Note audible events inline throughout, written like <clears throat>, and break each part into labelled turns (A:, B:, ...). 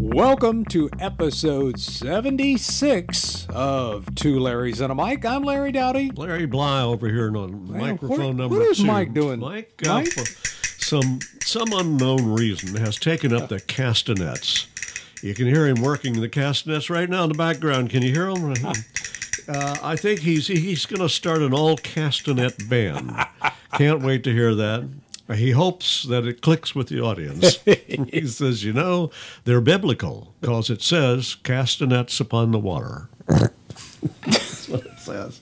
A: Welcome to episode 76 of Two Larrys and a Mike. I'm Larry Dowdy.
B: Larry Bly over here on microphone
A: what-
B: number
A: what is
B: two.
A: Mike doing?
B: Mike, uh,
A: Mike?
B: for some some unknown reason, has taken up the castanets. You can hear him working the castanets right now in the background. Can you hear
A: <laughs>
B: him? Uh, I think he's he's going to start an all castanet band. Can't wait to hear that. He hopes that it clicks with the audience.
A: <laughs>
B: he says, "You know, they're biblical because it says castanets upon the water." That's what it <laughs> says.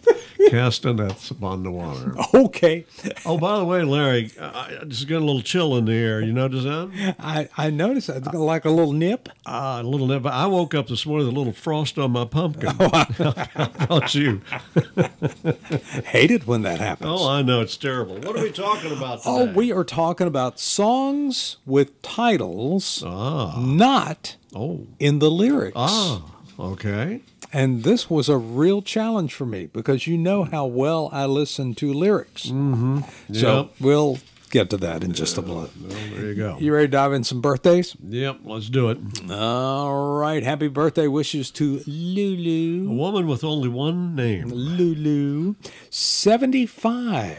B: Castanets upon the water.
A: <laughs> Okay.
B: Oh, by the way, Larry, I I just got a little chill in the air. You notice that?
A: I, I noticed I like a little nip.
B: Uh, a little nip. I woke up this morning with a little frost on my pumpkin.
A: Oh,
B: How <laughs> about you?
A: Hate it when that happens.
B: Oh, I know. It's terrible. What are we talking about today?
A: Oh, we are talking about songs with titles not
B: Ah. Oh,
A: in the lyrics.
B: ah, okay.
A: And this was a real challenge for me because you know how well I listen to lyrics. Mm-hmm. So
B: Yep.
A: we'll get to that in just a moment.
B: Well, there you go.
A: You ready to dive in some birthdays?
B: Yep, let's do it.
A: All right. Happy birthday wishes to
B: A
A: Lulu.
B: woman with only one name.
A: Lulu, 75.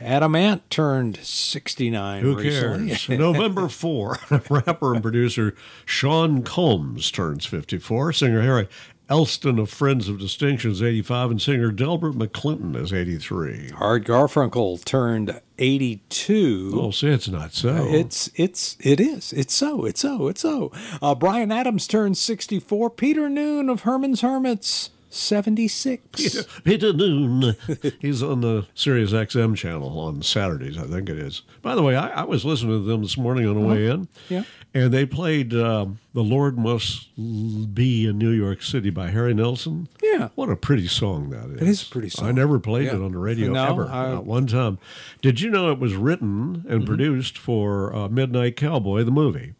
A: Adam Ant turned 69
B: Hmm. Who
A: recently.
B: cares? <laughs> November 4, <laughs> rapper and producer Sean Combs turns 54. Singer Harry Elston of Friends of Distinction is 85, and singer Delbert McClinton is 83.
A: Hard Garfunkel turned 82.
B: Oh, say it's not so.
A: It's it's it is it's so it's so it's so. Uh, Brian Adams turned 64. Peter Noon of Herman's Hermits
B: <laughs>
A: 76.
B: Peter Noon. He's on the Sirius XM channel on Saturdays, I think it is. By the way, I, I was listening to them this morning on the way in.
A: Uh-huh. Yeah.
B: And they played um, The Lord Must L- Be in New York City by Harry Nelson.
A: Yeah.
B: What a pretty song that is.
A: It is a pretty song.
B: I never played
A: Yeah.
B: it on the radio
A: No,
B: ever.
A: I- Mm-hmm.
B: not one time. Did you know it was written and produced for uh, Midnight Cowboy, the movie?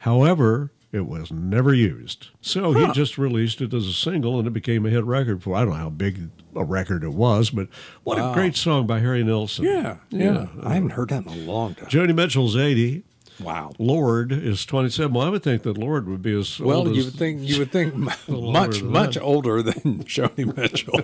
B: However, it was never used. So he just released it as a single and it became a hit record for I don't know how big a record it was, but what a great song by Harry Nilsson.
A: Yeah, yeah. I haven't heard that in a long time.
B: Joni Mitchell's 80.
A: Wow.
B: Lord is 27. Well, I would think that Lord would be as
A: Well,
B: old as
A: you would think you would
B: <laughs>
A: think
B: older
A: much
B: than
A: much
B: that.
A: older than <laughs> Joni
B: <laughs>
A: Mitchell.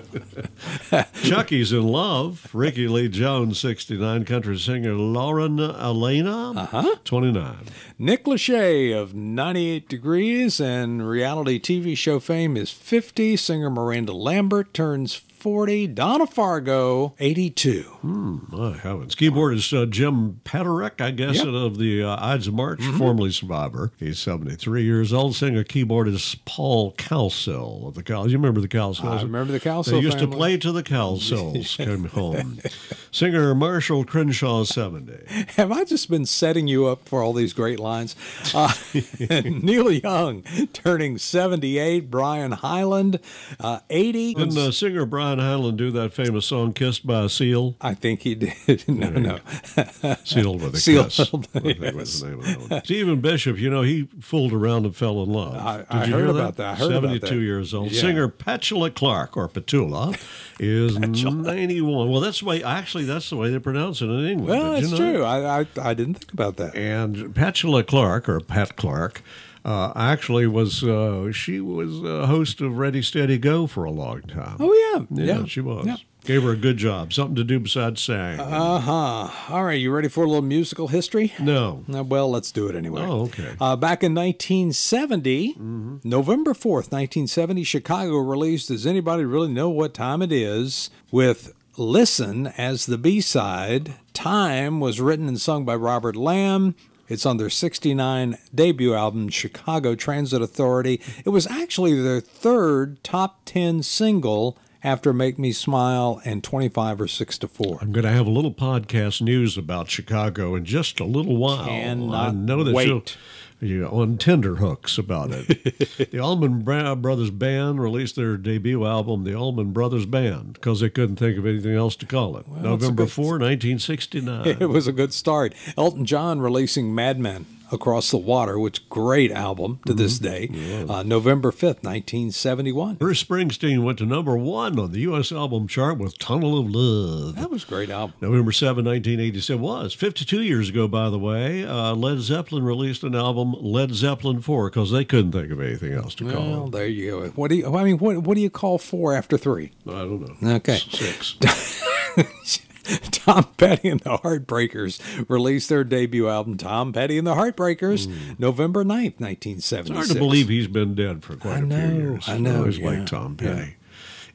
B: Chucky's in Love, Ricky Lee Jones, 69, country singer Lauren Elena,
A: Uh-huh.
B: 29.
A: Nick Lachey of 98 Degrees and reality TV show fame is 50. Singer Miranda Lambert turns 40. Donna Fargo 82.
B: My heavens. Keyboardist uh, Jim Paderek, I guess,
A: Yep.
B: of the uh, Ides of March,
A: Mm-hmm.
B: formerly Survivor. He's 73 years old. Singer keyboardist Paul Cowsill of the Cowsills. You remember the Cowsills?
A: I remember the Cowsill
B: They used
A: family.
B: to play to the Cowsills, came home. Singer Marshall
A: <laughs>
B: Crenshaw, 70.
A: <laughs> Have I just been setting you up for all these great lines?
B: <laughs>
A: Uh, <laughs> Neil Young turning 78. Brian Hyland uh, 80.
B: Didn't uh, singer Brian Hyland do that famous song, Kissed by a Seal?
A: I think he did. <laughs> no, no.
B: Sealed with
A: <laughs>
B: a
A: Sealed,
B: kiss. I think was the name of that one. Stephen Bishop, you know, he fooled around and fell in love.
A: I-
B: Did
A: I
B: you
A: heard
B: hear
A: about that. I heard about that.
B: 72 years old.
A: Yeah.
B: Singer Petula Clark, or Petula, is 91. Well, that's the way, actually, that's the way they pronounce it in England.
A: Well,
B: Did you
A: it's
B: know that?
A: true. I, I, I didn't think about that.
B: And Petula Clark, or Pat Clark, uh, actually was, uh, she was a host of Ready, Steady, Go for a long time.
A: Oh, yeah.
B: yeah, she was. Gave her a good job, something to do besides sang.
A: Uh huh. All right, you ready for a little musical history?
B: no.
A: Uh, Well, let's do it anyway.
B: Oh, okay.
A: Uh, back in 1970, November 4th, 1970, Chicago released Does Anybody Really Know What Time It Is? with Listen as the B side. Time was written and sung by Robert Lamb. It's on their 69 debut album, Chicago Transit Authority. It was actually their third top 10 single after Make Me Smile and 25 or 6 to 4.
B: I'm going to have a little podcast news about Chicago in just a little while. I
A: Cannot
B: know that
A: wait.
B: you'll- you're on tender hooks about
A: <laughs>
B: it. the Allman Bra- Brothers Band released their debut album, The Allman Brothers Band, because they couldn't think of anything else to call it.
A: it's a
B: November
A: good-
B: 4, 1969.
A: <laughs> It was a good start. Elton John releasing Mad Men. Across the Water, which great album to
B: Mm-hmm.
A: this day, uh, November 5th, 1971.
B: Bruce Springsteen went to number one on the U.S. album chart with Tunnel of Love.
A: That was a great album.
B: November 7, 1987 was 52 years ago, by the way. Uh, Led Zeppelin released an album, Led Zeppelin 4, because they couldn't think of anything else to
A: Well,
B: call
A: there you go. What do you? I mean, what what do you call four after three? <laughs>
B: it. I don't know.
A: Okay. <laughs>
B: Six.
A: Tom Petty and the Heartbreakers released their debut album, Tom Petty and the Heartbreakers, November 9th, 1976.
B: Mm. Hard to believe he's been dead for
A: I
B: quite a
A: know,
B: few years.
A: I know,
B: Always
A: yeah,
B: like Tom Petty.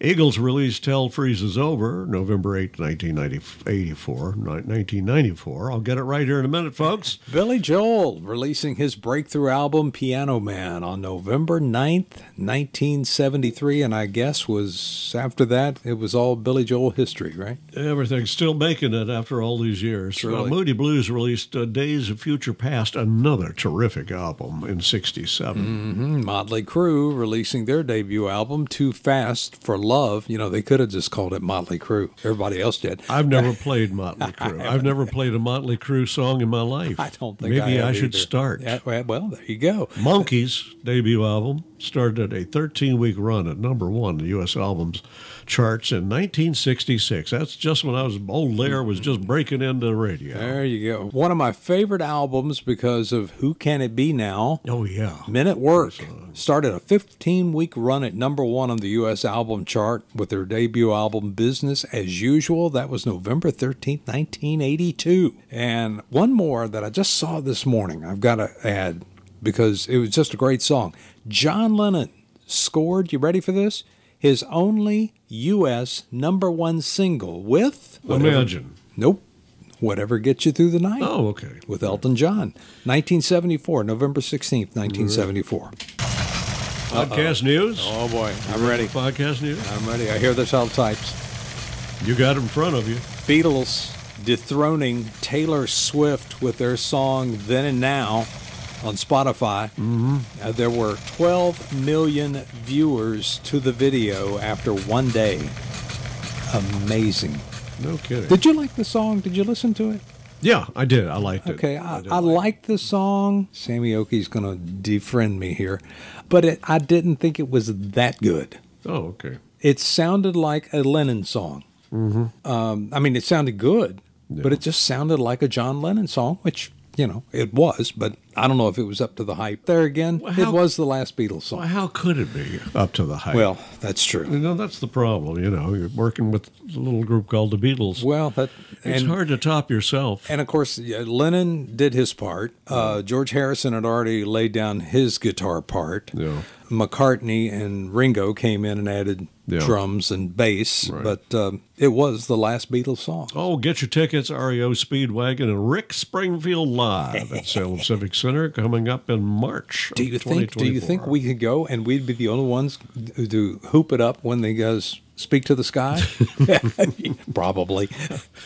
B: Eagles released Hell Freezes Over, November 8, 1984. 1994. I'll get it right here in a minute, folks.
A: Billy Joel releasing his breakthrough album, Piano Man, on November 9th, 1973. And I guess was after that, it was all Billy Joel history, right?
B: Everything's still making it after all these years.
A: Surely.
B: Uh, Moody Blues released uh, Days of Future Past, another terrific album in
A: Mm.
B: 67.
A: Hmm, Motley Crue releasing their debut album, Too Fast for Love. You know, they could have just called it Motley Crue. Everybody else did. <laughs>
B: I've never played Motley Crue. I've never played a Motley Crue song in my life.
A: I don't think
B: Maybe I,
A: have
B: should
A: either.
B: start.
A: Yeah, well, there you go.
B: Monkeys <laughs> debut album started a 13 week run at number one in the U.S. albums charts in 1966. That's just when I was old. Lair
A: Mm-hmm.
B: was just breaking into radio.
A: There you go. One of my favorite albums because of Who Can It Be Now?
B: Oh yeah,
A: Men at Work started a 15 week run at number one on the U.S. album chart with their debut album, Business as Usual. That was November 13th, 1982. And one more that I just saw this morning, I've got to add because it was just a great song. John Lennon scored, you ready for this? His only U.S. number one single with.
B: imagine.
A: Nope. Whatever gets you through the night
B: Oh okay.
A: with Elton John. 1974, November 16th, 1974.
B: Podcast news.
A: Oh boy, I'm ready.
B: Podcast news.
A: I'm ready. I hear this all types.
B: You got it in front of you.
A: Beatles dethroning Taylor Swift with their song Then and Now on Spotify. Uh, there were 12 million viewers to the video after one day. Amazing.
B: No kidding.
A: Did you like the song? Did you listen to it?
B: Yeah, I did. I liked it.
A: Okay, I, I,
B: did
A: liked the song. Sammy Oki's going to defriend me here, but it, I didn't think it was that good.
B: it. Oh okay.
A: It sounded like a Lennon song. Um, I mean, it sounded good, but
B: Mm-hmm. Yeah.
A: it just sounded like a John Lennon song, which you know it was. But I don't know if it was up to the hype. There again,
B: Well,
A: it
B: how-
A: was the last Beatles
B: Well,
A: song.
B: how could it be up to the hype?
A: Well, that's true.
B: you know that's the problem. You know, you're working with a little group called the Beatles.
A: Well, that
B: it's
A: and-
B: hard to top yourself.
A: And of course, yeah, Lennon did his part. Uh, George Harrison had already laid down his guitar part.
B: Yeah.
A: McCartney and Ringo came in and added
B: Yeah.
A: drums and bass,
B: Right.
A: but um, it was the last Beatles song.
B: Oh, get your tickets, E REO Speedwagon and Rick Springfield Live
A: <laughs>
B: at Salem Civic Center coming up in March. of
A: Do you think? Do you think
B: 2024.
A: we could go and we'd be the only ones who do hoop it up when they guys speak to the sky?
B: <laughs>
A: <laughs> Probably.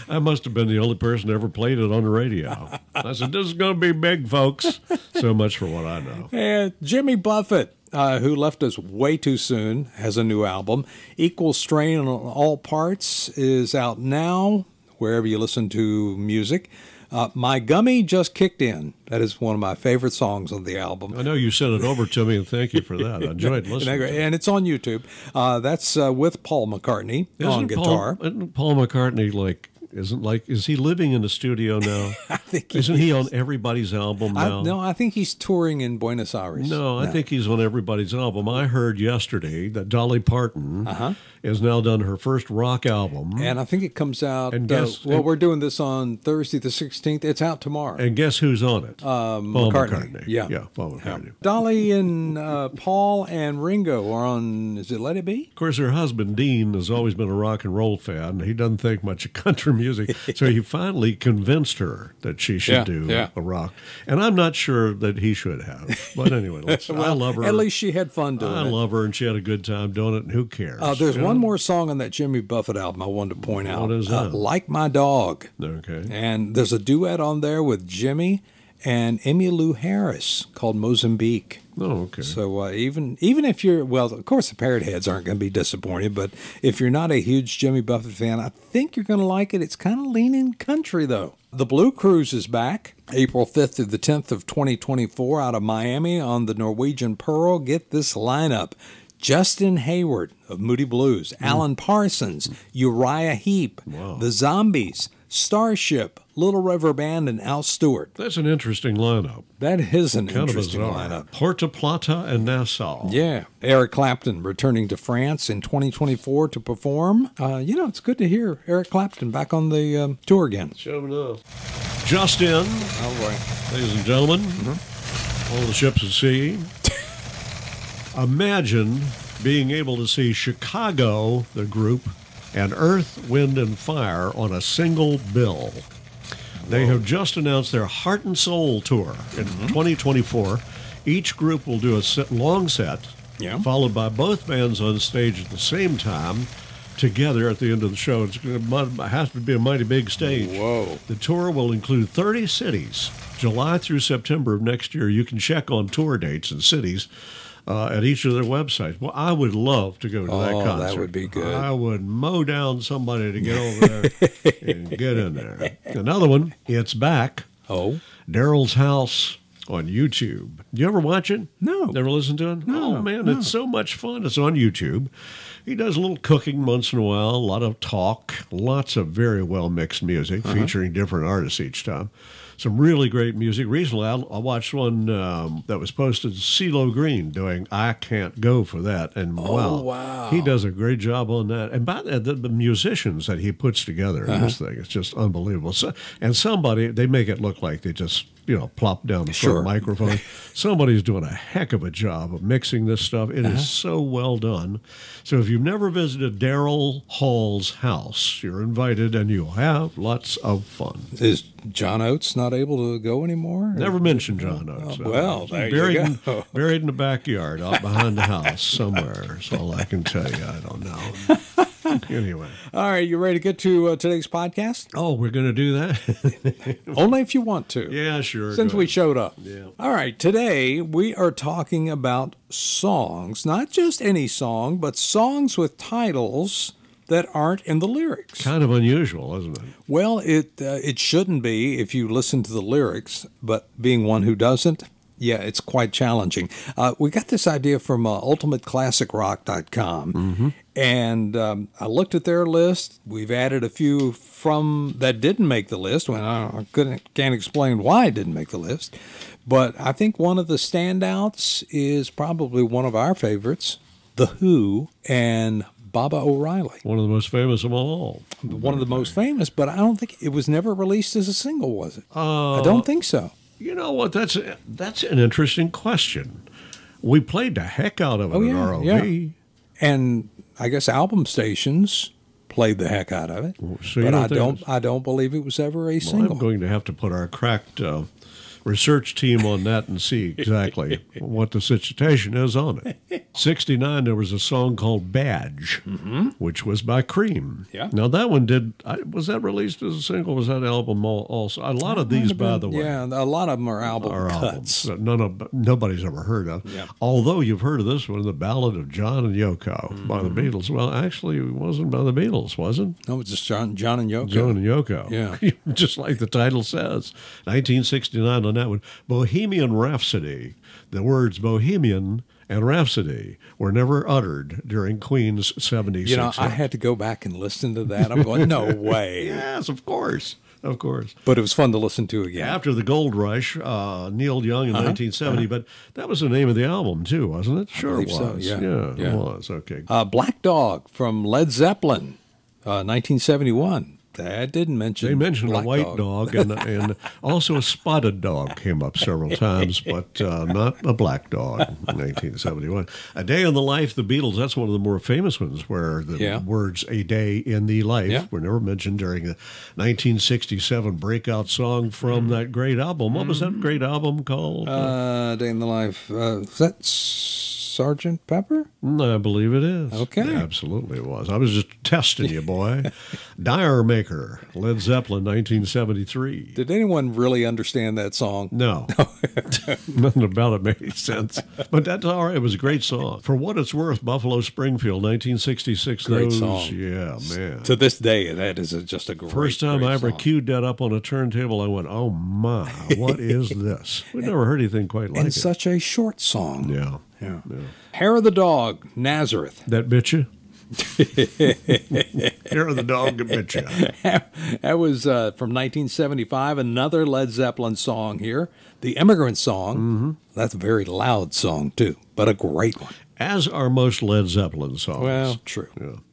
B: I must have been the only person who ever played it on
A: <laughs>
B: the radio. I said, this is going to be big, folks. So much for what I know.
A: And Jimmy Buffett, uh, who left us way too soon, has a new album. Equal Strain on All Parts is out now, wherever you listen to music. Uh, My Gummy Just Kicked In. That is one of my favorite songs on the album.
B: I know you sent it over to me, and thank you for that. I
A: <laughs>
B: enjoyed
A: And,
B: listening.
A: I-
B: to it.
A: and it's on YouTube. Uh, that's uh, with Paul McCartney on
B: Isn't <laughs>
A: guitar.
B: Paul, isn't Paul McCartney like? Isn't like? Is he living in a studio now?
A: I think <laughs> he-
B: isn't he on everybody's album
A: I-
B: now?
A: no, I think he's touring in Buenos Aires.
B: No, I think he's on everybody's album. I heard yesterday that Dolly Parton has now done her first rock album.
A: Uh-huh. And I think it comes out.
B: And
A: uh,
B: guess-
A: well,
B: and-
A: we're doing this on Thursday the 16th. It's out tomorrow.
B: And guess who's on it? Um, Paul
A: McCartney.
B: McCartney.
A: Yeah.
B: Yeah, Paul McCartney.
A: Dolly and uh, Paul and Ringo are on. Is it Let It Be?
B: Of course, her husband, Dean, has always been a rock and roll fan. He doesn't think much of country
A: <laughs>
B: music. so he finally convinced her that she should
A: Yeah,
B: do
A: yeah.
B: a rock. And I'm not sure that he should have. But
A: <laughs>
B: anyway, let's, I love her.
A: At least she had fun doing
B: I
A: it.
B: love her, and she had a good time doing it, and who cares?
A: uh, there's
B: You
A: one
B: know?
A: more song on that Jimmy Buffett album I wanted to point out.
B: What is
A: Uh,
B: that?
A: like My Dog.
B: Okay.
A: And there's a duet on there with Jimmy and Emmylou Harris called Mozambique.
B: Oh, okay.
A: So uh, even even if you're well, of course the parrot heads aren't going to be disappointed, but if you're not a huge Jimmy Buffett fan, I think you're going to like it. It's kind of leaning country though. The Blue Cruise is back, April 5th through the 10th of 2024 out of Miami on the Norwegian Pearl. Get this lineup. Justin Hayward of Moody Blues, Alan Parsons, Uriah Heep, The Zombies, Starship, Little River Band, and Al Stewart.
B: That's an interesting lineup.
A: That is an
B: Kind of
A: interesting
B: bizarre.
A: lineup.
B: Porta Plata and Nassau.
A: Yeah. Eric Clapton returning to France in 2024 to perform. Uh, you know, it's good to hear Eric Clapton back on the um, tour again.
B: Showing up. Just in,
A: All right.
B: ladies and gentlemen, all the ships at sea. Imagine being able to see Chicago, the group, and Earth, Wind, and Fire on a single bill. They have just announced their Heart and Soul tour in 2024. Each group will do a set, long set,
A: Yeah.
B: followed by both bands on stage at the same time, together at the end of the show. It's going to have to be a mighty big stage.
A: Whoa.
B: The tour will include 30 cities, July through September of next year. You can check on tour dates and cities uh, at each of their websites. Well, I would love to go to that
A: Oh, that
B: concert.
A: would be good.
B: I would mow down somebody to get over there
A: <laughs>
B: and get in there. Another one, it's back.
A: Oh.
B: Daryl's House on YouTube. You ever watch it?
A: No.
B: Never listen to it?
A: No,
B: Oh, man,
A: no.
B: it's so much fun. It's on YouTube. He does a little cooking once in a while, a lot of talk, lots of very well mixed music
A: Uh-huh.
B: featuring different artists each time. Some really great music. Recently, I, I watched one um, that was posted, CeeLo Green doing I Can't Go for That. And wow,
A: Oh, wow.
B: he does a great job on that. And by the, the, the musicians that he puts together in this
A: Uh-huh.
B: thing, it's just unbelievable. So, and somebody, they make it look like they just, you know, plop down in front
A: Sure.
B: of a
A: <laughs>
B: microphone. Somebody's doing a heck of a job of mixing this stuff. It is
A: Uh-huh.
B: so well done. So if you've never visited Daryl Hall's house, you're invited and you'll have lots of fun.
A: Is John Oates not able to go anymore?
B: Never mentioned John Oates.
A: well, there you
B: buried In,
A: go. <laughs>
B: buried in the backyard, out behind the house somewhere. That's all I can tell you. I don't know.
A: <laughs>
B: Anyway.
A: All right, you ready to get to uh, today's podcast?
B: Oh, we're going to do that?
A: <laughs> Only if you want to.
B: yeah, sure.
A: Since
B: go
A: we
B: ahead.
A: showed up. Yeah. All right, today we are talking about songs, not just any song, but songs with titles that aren't in the lyrics.
B: kind of unusual, isn't it?
A: Well, it uh, it shouldn't be if you listen to the lyrics, but being one who doesn't, yeah, it's quite challenging. Uh, we got this idea from uh, ultimateclassicrock.com, and um, I looked at their list. We've added a few from that didn't make the list. Well, I I couldn't can't explain why it didn't make the list, but I think one of the standouts is probably one of our favorites, The Who and Baba O'Reilly
B: One of the most famous of all.
A: one of the most famous, but I don't think it was never released as a single, was it? I
B: Uh,
A: don't think so.
B: You know what? That's that's an interesting question. We played the heck out of it
A: Oh,
B: in
A: yeah,
B: ROV.
A: And I guess album stations played the heck out of it,
B: so you
A: but
B: don't
A: I
B: think
A: don't.
B: it's-
A: I don't believe it was ever a
B: Well,
A: single.
B: I'm going to have to put our cracked uh, research team on that and see
A: <laughs>
B: exactly what the situation is on it. 69, there was a song called Badge, which was by Cream.
A: Mm-hmm. Yeah.
B: Now, that one did, I, was that released as a single? Was that album al- also? A lot of these, by the way.
A: yeah, a lot of them are album
B: our
A: cuts.
B: albums that none of nobody's ever heard of.
A: Yeah.
B: Although you've heard of this one, the Ballad of John and Yoko by
A: Mm-hmm.
B: the Beatles. Well, actually, it wasn't by the Beatles, was it?
A: No, it's just John, John and Yoko.
B: John and Yoko.
A: Yeah.
B: <laughs> just like the title says. 1969 on that one. Bohemian Rhapsody. The words Bohemian and Rhapsody were never uttered during Queen's 76.
A: you know, I had to go back and listen to that. I'm going,
B: <laughs>
A: no way.
B: yes, of course. Of course.
A: But it was fun to listen to again.
B: after the gold rush, uh, Neil Young in
A: Uh-huh.
B: 1970, but that was the name of the album too, wasn't it? Sure it
A: believe so,
B: was.
A: yeah,
B: it
A: yeah.
B: was. Okay.
A: Uh, Black Dog from Led Zeppelin, uh, 1971. That didn't mention.
B: They mentioned
A: Black
B: a white dog, and, and also a spotted dog came
A: <laughs>
B: up several times, but uh, not a black dog. 1971, a day in the life, the Beatles. That's one of the more famous ones, where the
A: Yeah.
B: words "a day in the life"
A: Yeah.
B: were never mentioned during the 1967 breakout song
A: Hmm.
B: from that great album. What was that great album called?
A: Uh, Day in the Life. Uh, that's Uh, Sergeant Pepper?
B: I believe it is.
A: Okay.
B: It absolutely was. I was just testing
A: <laughs>
B: you, boy. Dire Maker, Led Zeppelin, 1973.
A: Did anyone really understand that song? <laughs>
B: No, nothing about it made any sense. But that's all right. It was a great song. For what it's worth, Buffalo Springfield, 1966.
A: Great
B: those,
A: song.
B: Yeah, man.
A: To this day, that is a- just a great
B: First time
A: great
B: I ever
A: song.
B: queued that up on a turntable, I went, "Oh my,
A: <laughs>
B: what is this?" We never heard anything quite like
A: And
B: it.
A: such a short song.
B: yeah,
A: Yeah. Hair of the Dog, Nazareth.
B: that
A: <laughs>
B: bit you. Here the dog that bit you.
A: that was uh, from 1975. Another Led Zeppelin song here, the Immigrant Song.
B: Mm-hmm.
A: That's a very loud song too, but a great one.
B: As are most Led Zeppelin songs.
A: true.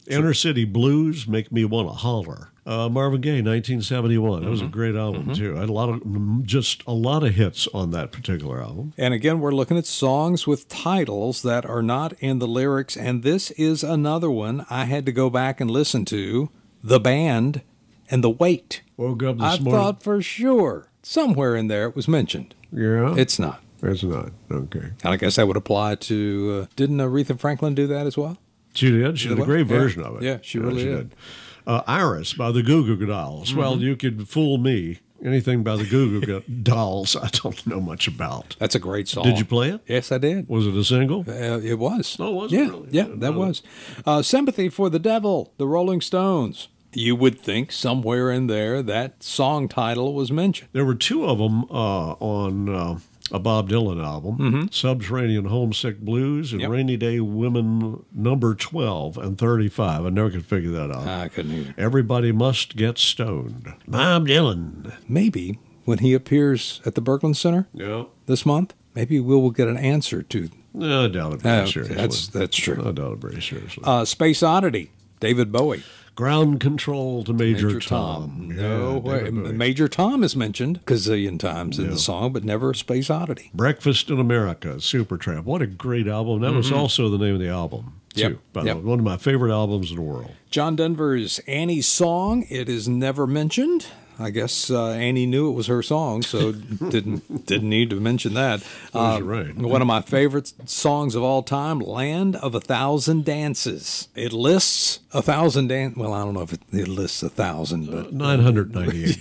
B: Yeah. Inner City Blues make me want to holler. Uh, Marvin Gaye, 1971. That was a great album too. I had a lot of just a lot of hits on that particular album.
A: And again, we're looking at songs with titles that are not in the lyrics. And this is another one I had to go back and listen to The Band and The Weight.
B: Woke up this
A: I
B: morning.
A: thought for sure somewhere in there it was mentioned.
B: yeah,
A: It's not.
B: it's not okay.
A: And I guess that would apply to, uh, didn't Aretha Franklin do that as well?
B: She did. She did a
A: what?
B: great
A: Yeah.
B: version of it.
A: Yeah, she really did.
B: Uh, Iris by the Goo Goo Dolls. Well, you could fool me. Anything by the Goo Goo Go- <laughs> Dolls, I don't know much about.
A: That's a great song.
B: Did you play it?
A: Yes, I did.
B: Was it a single?
A: Uh, it was.
B: Oh, was it
A: yeah,
B: really?
A: Yeah,
B: Yeah,
A: that
B: no.
A: was. Uh, Sympathy for the Devil, the Rolling Stones. You would think somewhere in there that song title was mentioned.
B: There were two of them uh, on uh, a Bob Dylan album Subterranean Homesick Blues
A: Mm-hmm.
B: and
A: Yep.
B: Rainy Day Women number 12 and 35. I never could figure that out.
A: I couldn't either.
B: Everybody must get stoned. Bob Dylan.
A: Maybe when he appears at the Berkland Center
B: Yeah.
A: this month, maybe we will get an answer to.
B: No, I doubt it very
A: Uh,
B: seriously.
A: that's that's true.
B: I doubt it very seriously.
A: Uh, Space Oddity, David Bowie,
B: Ground control to Major, Tom.
A: No
B: Yeah,
A: way.
B: David Bowie.
A: Major Tom is mentioned a gazillion times in the song, but never Space Oddity.
B: Breakfast in America, Supertramp. What a great album. That was also the name of the album, too.
A: Mm-hmm. Yep,
B: By the
A: yep.
B: way, one of my favorite albums in the world.
A: John Denver's Annie's song. It is never mentioned. I guess uh, Annie knew it was her song, so didn't didn't need to mention that. Uh,
B: Those are right.
A: One of my favorite songs of all time, "Land of a Thousand Dances." It lists a thousand dance. Well, I don't know if it, it lists a thousand, but
B: 998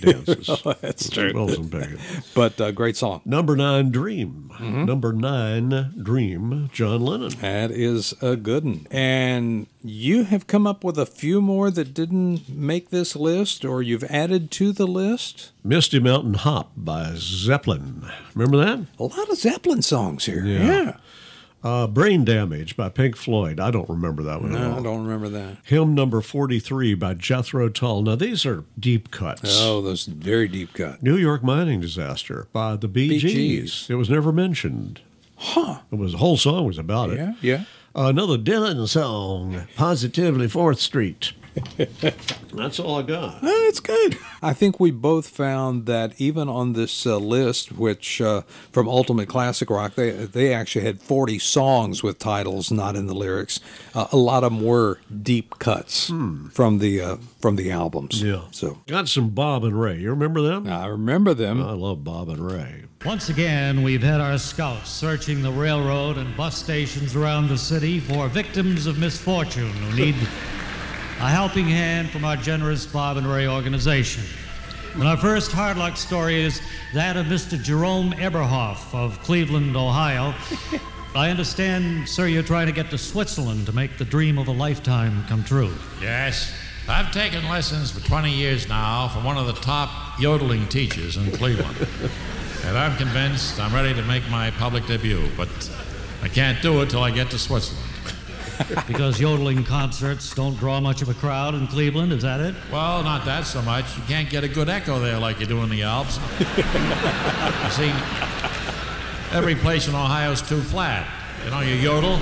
A: <laughs>
B: dances.
A: that's
B: Wilson Pickett.
A: But uh, great song.
B: Number nine, Dream.
A: Mm-hmm.
B: Number nine, Dream, John Lennon.
A: That is a good one. And you have come up with a few more that didn't make this list, or you've added to the list.
B: Misty Mountain Hop by Zeppelin. Remember that?
A: A lot of Zeppelin songs here. Yeah.
B: Uh, Brain Damage by Pink Floyd. I don't remember that one at
A: No, I
B: all.
A: don't remember that.
B: Hymn number 43 by Jethro Tull. Now, these are deep cuts.
A: Oh, those very deep cut.
B: New York Mining Disaster by the Bee
A: Bee
B: Gees.
A: Gees.
B: It was never mentioned.
A: Huh.
B: It was the whole song was about it.
A: Yeah. Yeah.
B: Another Dylan song, Positively Fourth Street. That's all I got.
A: Oh, that's good. I think we both found that even on this uh, list, which uh, from Ultimate Classic Rock, they they actually had 40 songs with titles not in the lyrics. Uh, a lot of them were deep cuts from the uh, from the albums.
B: Yeah.
A: So
B: Got some Bob and Ray. You remember them?
A: I remember them.
B: I love Bob and Ray.
C: Once again, we've had our scouts searching the railroad and bus stations around the city for victims of misfortune who need a helping hand from our generous Bob and Ray organization. And our first hard luck story is that of Mr. Jerome Eberhoff of Cleveland, Ohio. I understand, sir, you're trying to get to Switzerland to make the dream of a lifetime come true.
D: Yes. I've taken lessons for 20 years now from one of the top yodeling teachers in Cleveland. and I'm convinced I'm ready to make my public debut, but I can't do it till I get to Switzerland.
C: Because yodeling concerts don't draw much of a crowd in Cleveland, is that it?
D: Well, not that so much. You can't get a good echo there like you do in the Alps. you see, every place in Ohio's too flat. You know, you yodel,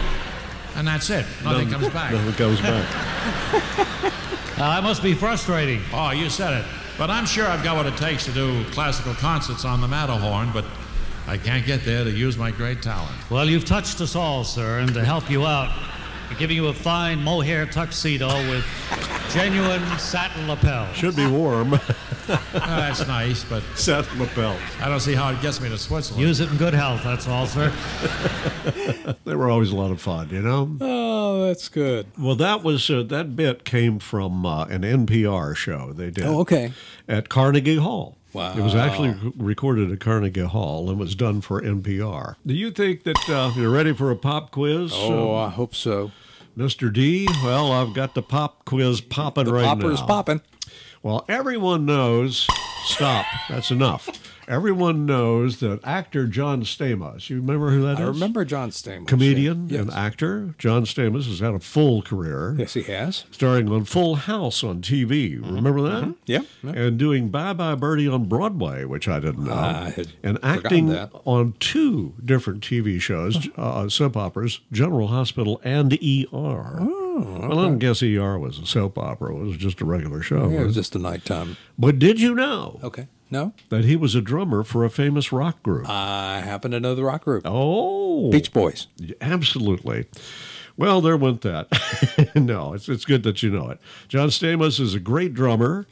D: and that's it. Nothing comes back.
B: Nothing comes back.
C: Uh, that must be frustrating.
D: Oh, you said it. But I'm sure I've got what it takes to do classical concerts on the Matterhorn, but
E: <laughs>
D: I can't get there to use my great talent.
C: Well, you've touched us all, sir, and to help you out, We're giving you a fine mohair tuxedo with genuine satin lapels.
B: Should be warm. <laughs>
D: Ah, that's nice, but
B: Set lapels.
D: I don't see how it gets me to Switzerland.
C: Use it in good health, that's all, sir.
B: They were always a lot of fun, you know.
A: Oh, that's good.
B: Well, that was uh, that bit came from uh, an NPR show they did.
A: Oh, okay.
B: At Carnegie Hall.
A: Wow.
B: It was actually rec- recorded at Carnegie Hall and was done for NPR. Do you think that uh, you're ready for a pop quiz,
A: Oh, I hope so.
B: Mr. D? Well, I've got the pop quiz popping right now.
A: Popper's popping.
B: Well, everyone knows. Stop. That's enough. Everyone knows that actor John Stamos. You remember who that is?
A: I remember John Stamos.
B: Comedian
A: Yes.
B: and actor John Stamos has had a full career
A: Yes, he has.
B: starring on Full House on TV. Remember that?
A: Mm-hmm. Yeah.
B: And doing Bye Bye Birdie on Broadway, which I didn't know.
A: I had forgotten
B: and acting
A: that.
B: on two different TV shows,
A: <laughs>
B: uh, soap operas, General Hospital and ER.
A: Oh,
B: Well, I don't guess ER was a soap opera. It was just a regular show.
A: Yeah, it was Oh, just a nighttime.
B: But did you know
A: Okay. No,
B: that he was a drummer for a famous rock group?
A: Uh, I happen to know the rock group.
B: oh.
A: Beach Boys.
B: Absolutely. Well, there went that. <laughs> no, it's, it's good that you know it. John Stamos is a great drummer,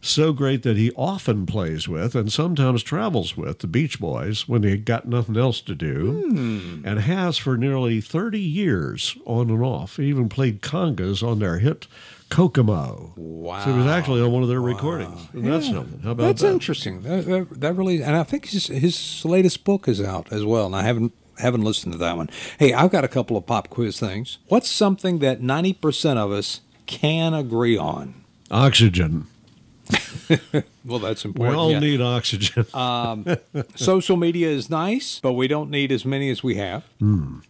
B: so great that he often plays with and sometimes travels with the Beach Boys when they got nothing else to do,
A: Hmm.
B: and has for nearly 30 years on and off. He even played congas on their hit Kokomo.
A: Wow.
B: So he was actually on one of their recordings. And That's something. How about
A: That's
B: that?
A: interesting. That, that, that really, and I think his, his latest book is out as well. And I haven't haven't listened to that one. Hey, I've got a couple of pop quiz things. What's something that ninety percent of us can agree on?
B: Oxygen.
A: Well, that's
B: We
A: important.
B: all
A: yeah. Uh,
B: need oxygen. <laughs>
A: Social media is nice, but we don't need as many as we have.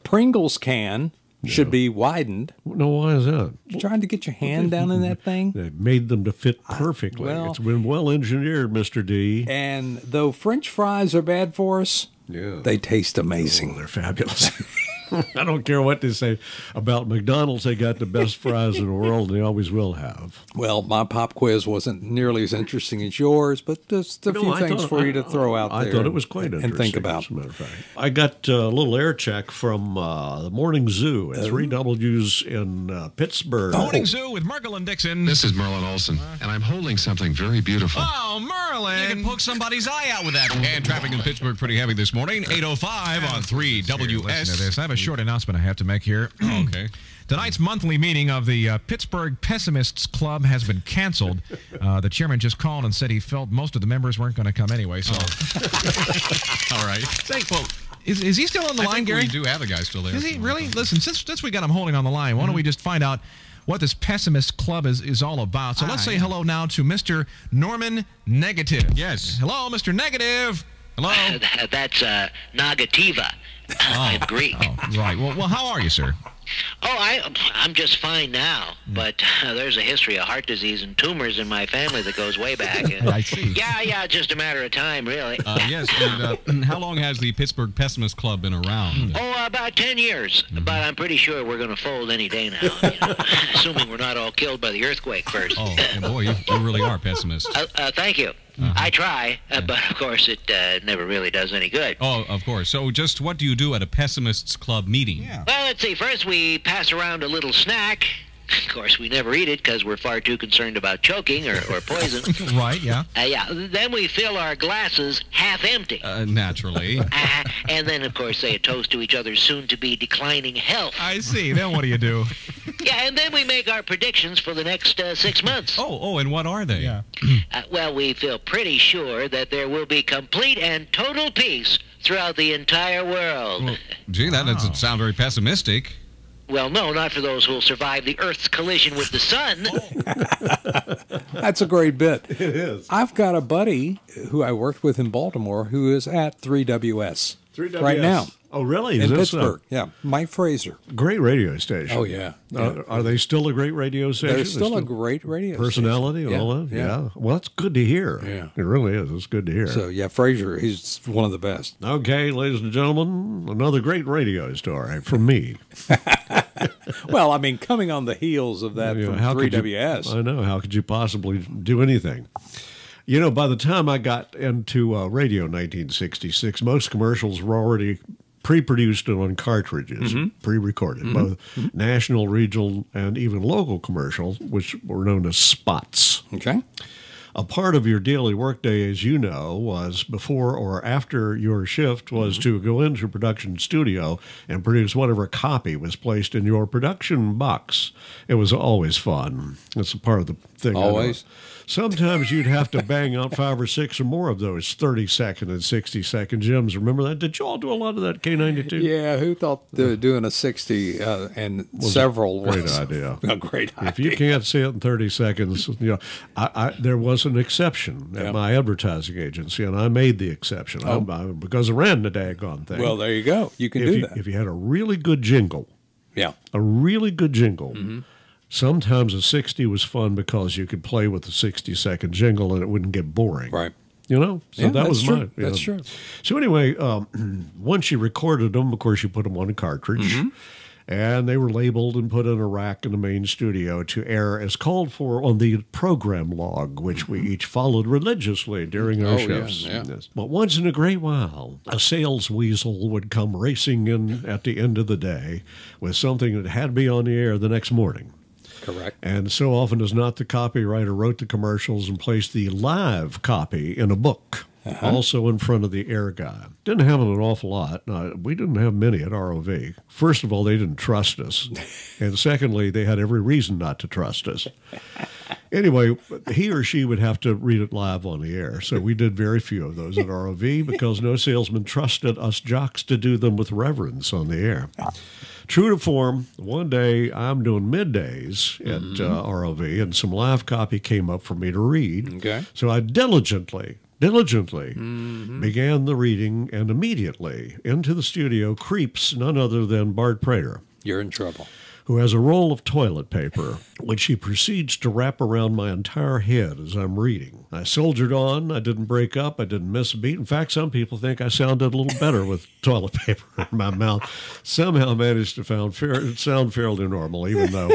A: Pringles can should be widened.
B: no, why is that?
A: You trying to get your hand down in that thing?
B: They made them to fit perfectly.
A: well-
B: it's been well engineered, Mr. D.
A: And though French fries are bad for us,
B: Yeah.
A: they taste amazing.
B: They're fabulous. <laughs> I don't care what they say about McDonald's. They got the best fries in the world. and They always will have.
A: Well, my pop quiz wasn't nearly as interesting as yours, but just a
B: No,
A: few
B: I
A: things
B: thought-
A: for you
B: I-
A: to throw out
B: I
A: there.
B: thought it was quite
A: and-
B: interesting.
A: And think about.
B: As a matter of fact. I got uh, a little air check from uh, the Morning Zoo at Three W's in uh, Pittsburgh.
F: Morning Zoo with Merkel and Dixon.
E: This is Merlin Olson, and I'm holding something very beautiful.
F: Oh, Merlin. You can poke somebody's eye out with that.
E: And traffic in Pittsburgh pretty heavy this morning. 805 on 3
F: Here, Listen to this.
E: WS.
F: I have a short announcement I have to make here.
E: <clears throat> Okay.
F: Tonight's monthly meeting of the uh, Pittsburgh Pessimists Club has been
E: <laughs>
F: canceled. Uh, the chairman just called and said he felt most of the members weren't going to come anyway. So,
E: Oh.
F: <laughs>
E: All right.
F: Say, well, is, is he still on the
E: I
F: line,
E: think
F: Gary?
E: we do have a guy still there. Mm-hmm.
F: Is he really? Listen, since since we got him holding on the line, why don't we just find out what this pessimist club is, is all about? So let's
E: Ah,
F: say hello now to Mr. Norman Negative.
E: Yes.
F: Hello, Mr. Negative. Hello.
G: That's uh, Nagativa. <laughs> I'm Greek. Oh,
F: right. Well, well, how are you, sir?
G: I, I'm just fine now, but <laughs> uh, there's a history of heart disease and tumors in my family that goes way back. And,
F: I see.
G: Yeah, yeah, just a matter of time, really.
E: Uh, yes. And uh, <clears throat> how long has the Pittsburgh Pessimist Club been around?
G: <laughs>
F: Hmm.
G: oh, about 10 years, but I'm pretty sure we're going to fold any day now, you know, <laughs> assuming we're not all killed by the earthquake first.
E: Oh, boy, you, you really are pessimist.
G: Uh, uh, thank you. I try, uh, but of course it uh, never really does any good.
E: Oh, of course. So, just what do you do at a Pessimists Club meeting? Yeah.
G: Well, let's see. First, we pass around a little snack. <laughs> Of course, we never eat it because we're far too concerned about choking or,
E: <laughs>
G: or poison.
F: Right. Yeah.
G: Uh, yeah, then we fill our glasses half empty.
E: Uh, naturally.
G: Uh, and then, of course, say a toast to each other's soon to be declining health.
F: <laughs>
E: Uh.
F: I see. Then what do you do?
G: Yeah, and then we make our predictions for the next uh, six months.
E: Oh, oh, and what are they?
F: Yeah.
G: Uh, well, we feel pretty sure that there will be complete and total peace throughout the entire world.
E: Well, gee, that doesn't sound very pessimistic.
G: Well, no, not for those who will survive the Earth's collision with the
E: Oh.
G: sun.
A: That's a great bit.
B: <laughs> It is.
A: I've got a buddy who I worked with in Baltimore who is at 3WS, right now
B: Oh, really?
A: in
B: Is this a
A: Pittsburgh. yeah, Mike Fraser.
B: great radio station.
A: Oh, yeah.
B: Uh, are they still a great radio station?
A: They're still a great radio
B: personality
A: station.
B: and all that. Yeah.
A: yeah.
B: Well, that's good to hear.
A: Yeah.
B: It really is. It's good to hear.
A: So yeah, Fraser, he's one of the best.
B: okay, ladies and gentlemen, another great radio story from me.
A: Well, I mean, coming on the heels of that
B: You know,
A: from
B: how could you-
A: 3WS.
B: I know. How could you possibly do anything? You know, by the time I got into uh, radio in 1966, most commercials were already pre-produced and on cartridges, pre-recorded, both national, regional, and even local commercials, which were known as spots.
A: Okay.
B: A part of your daily workday, as you know, was before or after your shift
A: Mm-hmm.
B: was to go into a production studio and produce whatever copy was placed in your production box. It was always fun. It's a part of the thing. I know.
A: Always?
B: Sometimes you'd have to bang out five or six or more of those 30 second and 60 second gems. Remember that? Did you all do a lot of that K92?
A: Yeah, who thought the, doing a 60 uh, and several
B: great
A: was <laughs>
B: idea.
A: a great idea?
B: If you can't see it in 30 seconds, you know, I, I, there was an exception at
A: Yeah. Oh.
B: my advertising agency, and I made the exception I- I, because I ran the daggone thing.
A: well, there you go. You can
B: if,
A: do
B: you,
A: that.
B: if you had a really good jingle,
A: yeah.
B: a really good jingle,
A: Mm-hmm.
B: sometimes a 60 was fun because you could play with the 60 second jingle and it wouldn't get boring.
A: Right.
B: You know, so
A: Yeah,
B: that was
A: that's true.
B: mine. you
A: That's
B: know.
A: true.
B: So anyway, um, <clears throat> once you recorded them, of course, you put them on a cartridge,
A: Mm-hmm.
B: and they were labeled and put in a rack in the main studio to air as called for on the program log, which we each followed religiously during our
A: Mm-hmm. Oh, yeah,
B: shifts.
A: yeah.
B: Yes. But once in a great while, a sales weasel would come racing in at the end of the day with something that had to be on the air the next morning.
A: Correct.
B: And so often as not, the copywriter wrote the commercials and placed the live copy in a book, also in front of the air guy. Didn't happen an awful lot. No, we didn't have many at ROV. First of all, they didn't trust us. and secondly, they had every reason not to trust us. Anyway, he or she would have to read it live on the air. So we did very few of those at ROV because no salesman trusted us jocks to do them with reverence on the air. True to form, one day I'm doing middays at uh, ROV and some live copy came up for me to read.
A: Okay.
B: So I diligently, diligently began the reading and immediately into the studio creeps none other than Bart Prater
A: You're in trouble.
B: who has a roll of toilet paper, which he proceeds to wrap around my entire head as I'm reading. I soldiered on. I didn't break up. I didn't miss a beat. In fact, some people think I sounded a little better with <laughs> toilet paper in my mouth. Somehow managed to found fair, sound fairly normal, even though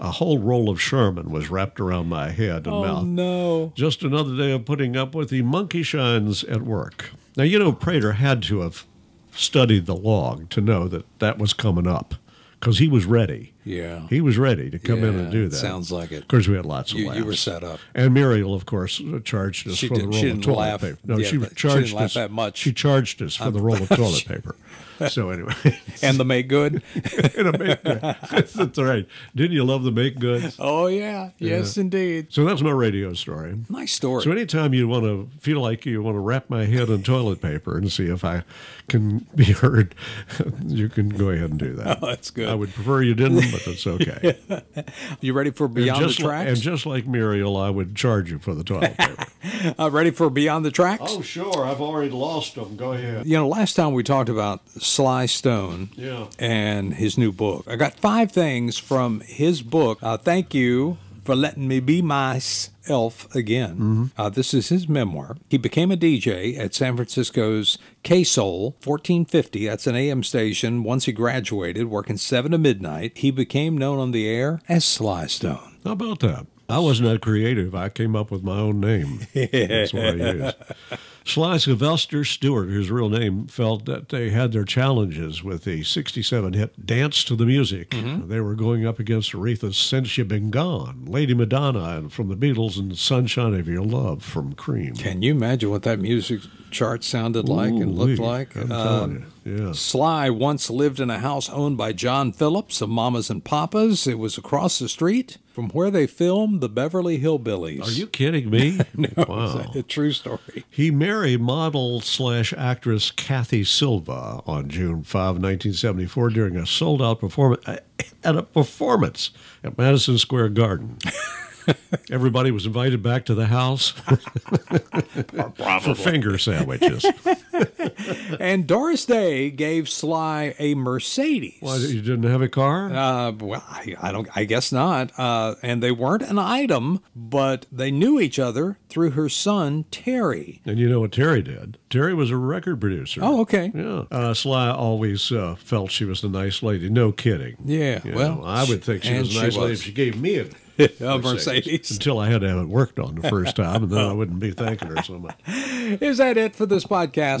B: a whole roll of Sherman was wrapped around my head and mouth.
A: Oh, no.
B: Just another day of putting up with the monkey shines at work. Now, you know, Prater had to have studied the log to know that that was coming up because he was ready.
A: Yeah.
B: He was ready to come in and
A: Yeah,
B: do
A: it
B: that.
A: sounds like it.
B: Of course, we had lots of
A: You,
B: laughs.
A: you were set up.
B: And Muriel, of course, charged us
A: She
B: for the
A: didn't-
B: roll
A: she
B: of
A: didn't
B: toilet
A: laugh.
B: paper. No,
A: Yeah,
B: she
A: but
B: was
A: she
B: charged
A: didn't laugh
B: us
A: that much.
B: She charged us for the roll of toilet paper. <laughs> So anyway, <laughs>
A: And the make good.
B: in a make good. <laughs> That's right. Didn't you love the
A: <laughs>
B: make goods?
A: oh, yeah. Yes, indeed.
B: So that's my radio story.
A: Nice story.
B: So anytime you want to feel like you want to wrap my head in toilet paper and see if I can be heard, <laughs> you can go ahead and do that.
A: Oh, that's good.
B: I would prefer you didn't, but
A: <laughs>
B: that's okay.
A: you ready for Beyond
B: just
A: the
B: li- and
A: Tracks?
B: just like Muriel, I would charge you for
A: <laughs>
B: the toilet paper.
A: uh, ready for Beyond the
B: Oh,
A: Tracks?
B: sure. I've already lost them. Go ahead.
A: You know, last time we talked about Sly Stone
B: Yeah.
A: and his new book. I got five things from his book. Uh, thank you for letting me be myself again.
B: Mm-hmm.
A: Uh, this is his memoir. He became a DJ at San Francisco's K Soul 1450. That's an AM station. Once he graduated, working seven to midnight, he became known on the air as Sly Stone.
B: How about that? I wasn't that creative. I came up with my own name. That's what I <laughs> used. Sly Sylvester Stewart, whose real name, felt that they had their challenges with the 67 hit Dance to the Music. They were going up against Aretha's Since You've Been Gone, Lady Madonna and from the Beatles, and Sunshine of Your Love from Cream.
A: Can you imagine what that music chart sounded like and looked
B: Ooh-wee.
A: like? Um,
B: I'm telling you. Yeah.
A: Sly once lived in a house owned by John Phillips of Mamas and Papas. It was across the street from where they filmed the Beverly Hillbillies.
B: Are you kidding me? <laughs> wow.
A: A true story.
B: He married model slash actress Kathy Silva on June 5, 1974, during a sold out performance at a performance at Madison Square
A: <laughs>
B: Garden. Everybody was invited back to the house <laughs> for
A: <laughs>
B: finger sandwiches.
A: and Doris Day gave Sly a Mercedes.
B: Why, you didn't have a car?
A: Uh, well, I, I don't. I guess not. Uh, and they weren't an item, but they knew each other through her son Terry.
B: And you know what Terry did? Terry was a record producer.
A: Oh, okay.
B: Yeah. Uh, Sly always uh, felt she was a nice lady. No kidding.
A: Yeah,
B: You
A: well,
B: know, I would think she
A: and
B: was a
A: she
B: nice lady
A: was.
B: if she gave <laughs> me a
A: A Mercedes.
B: <laughs> Oh. until I had to have it worked on the first time, and then I wouldn't be thanking her so much.
F: Is that it for this podcast?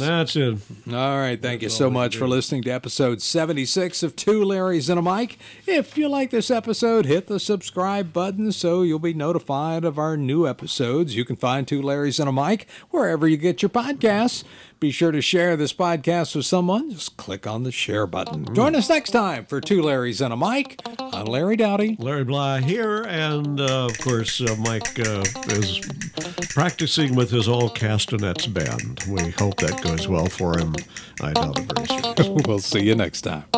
B: <laughs> That's it.
F: All right. Thank you so much for listening to episode 76 of Two Larrys and
B: <laughs>
F: a Mic. If you like this episode, hit the subscribe button so you'll be notified of our new episodes. You can find Two Larrys and a Mic wherever you get your podcasts. Be sure to share this podcast with someone. Just click on the share button. Join us next time for Two Larrys and a Mic. I'm Larry Dowdy.
B: Larry Bly here, and uh, of course, uh, Mike uh, is practicing with his all castanets band. We hope that goes well for him. I doubt it very seriously.
F: We'll see you next time.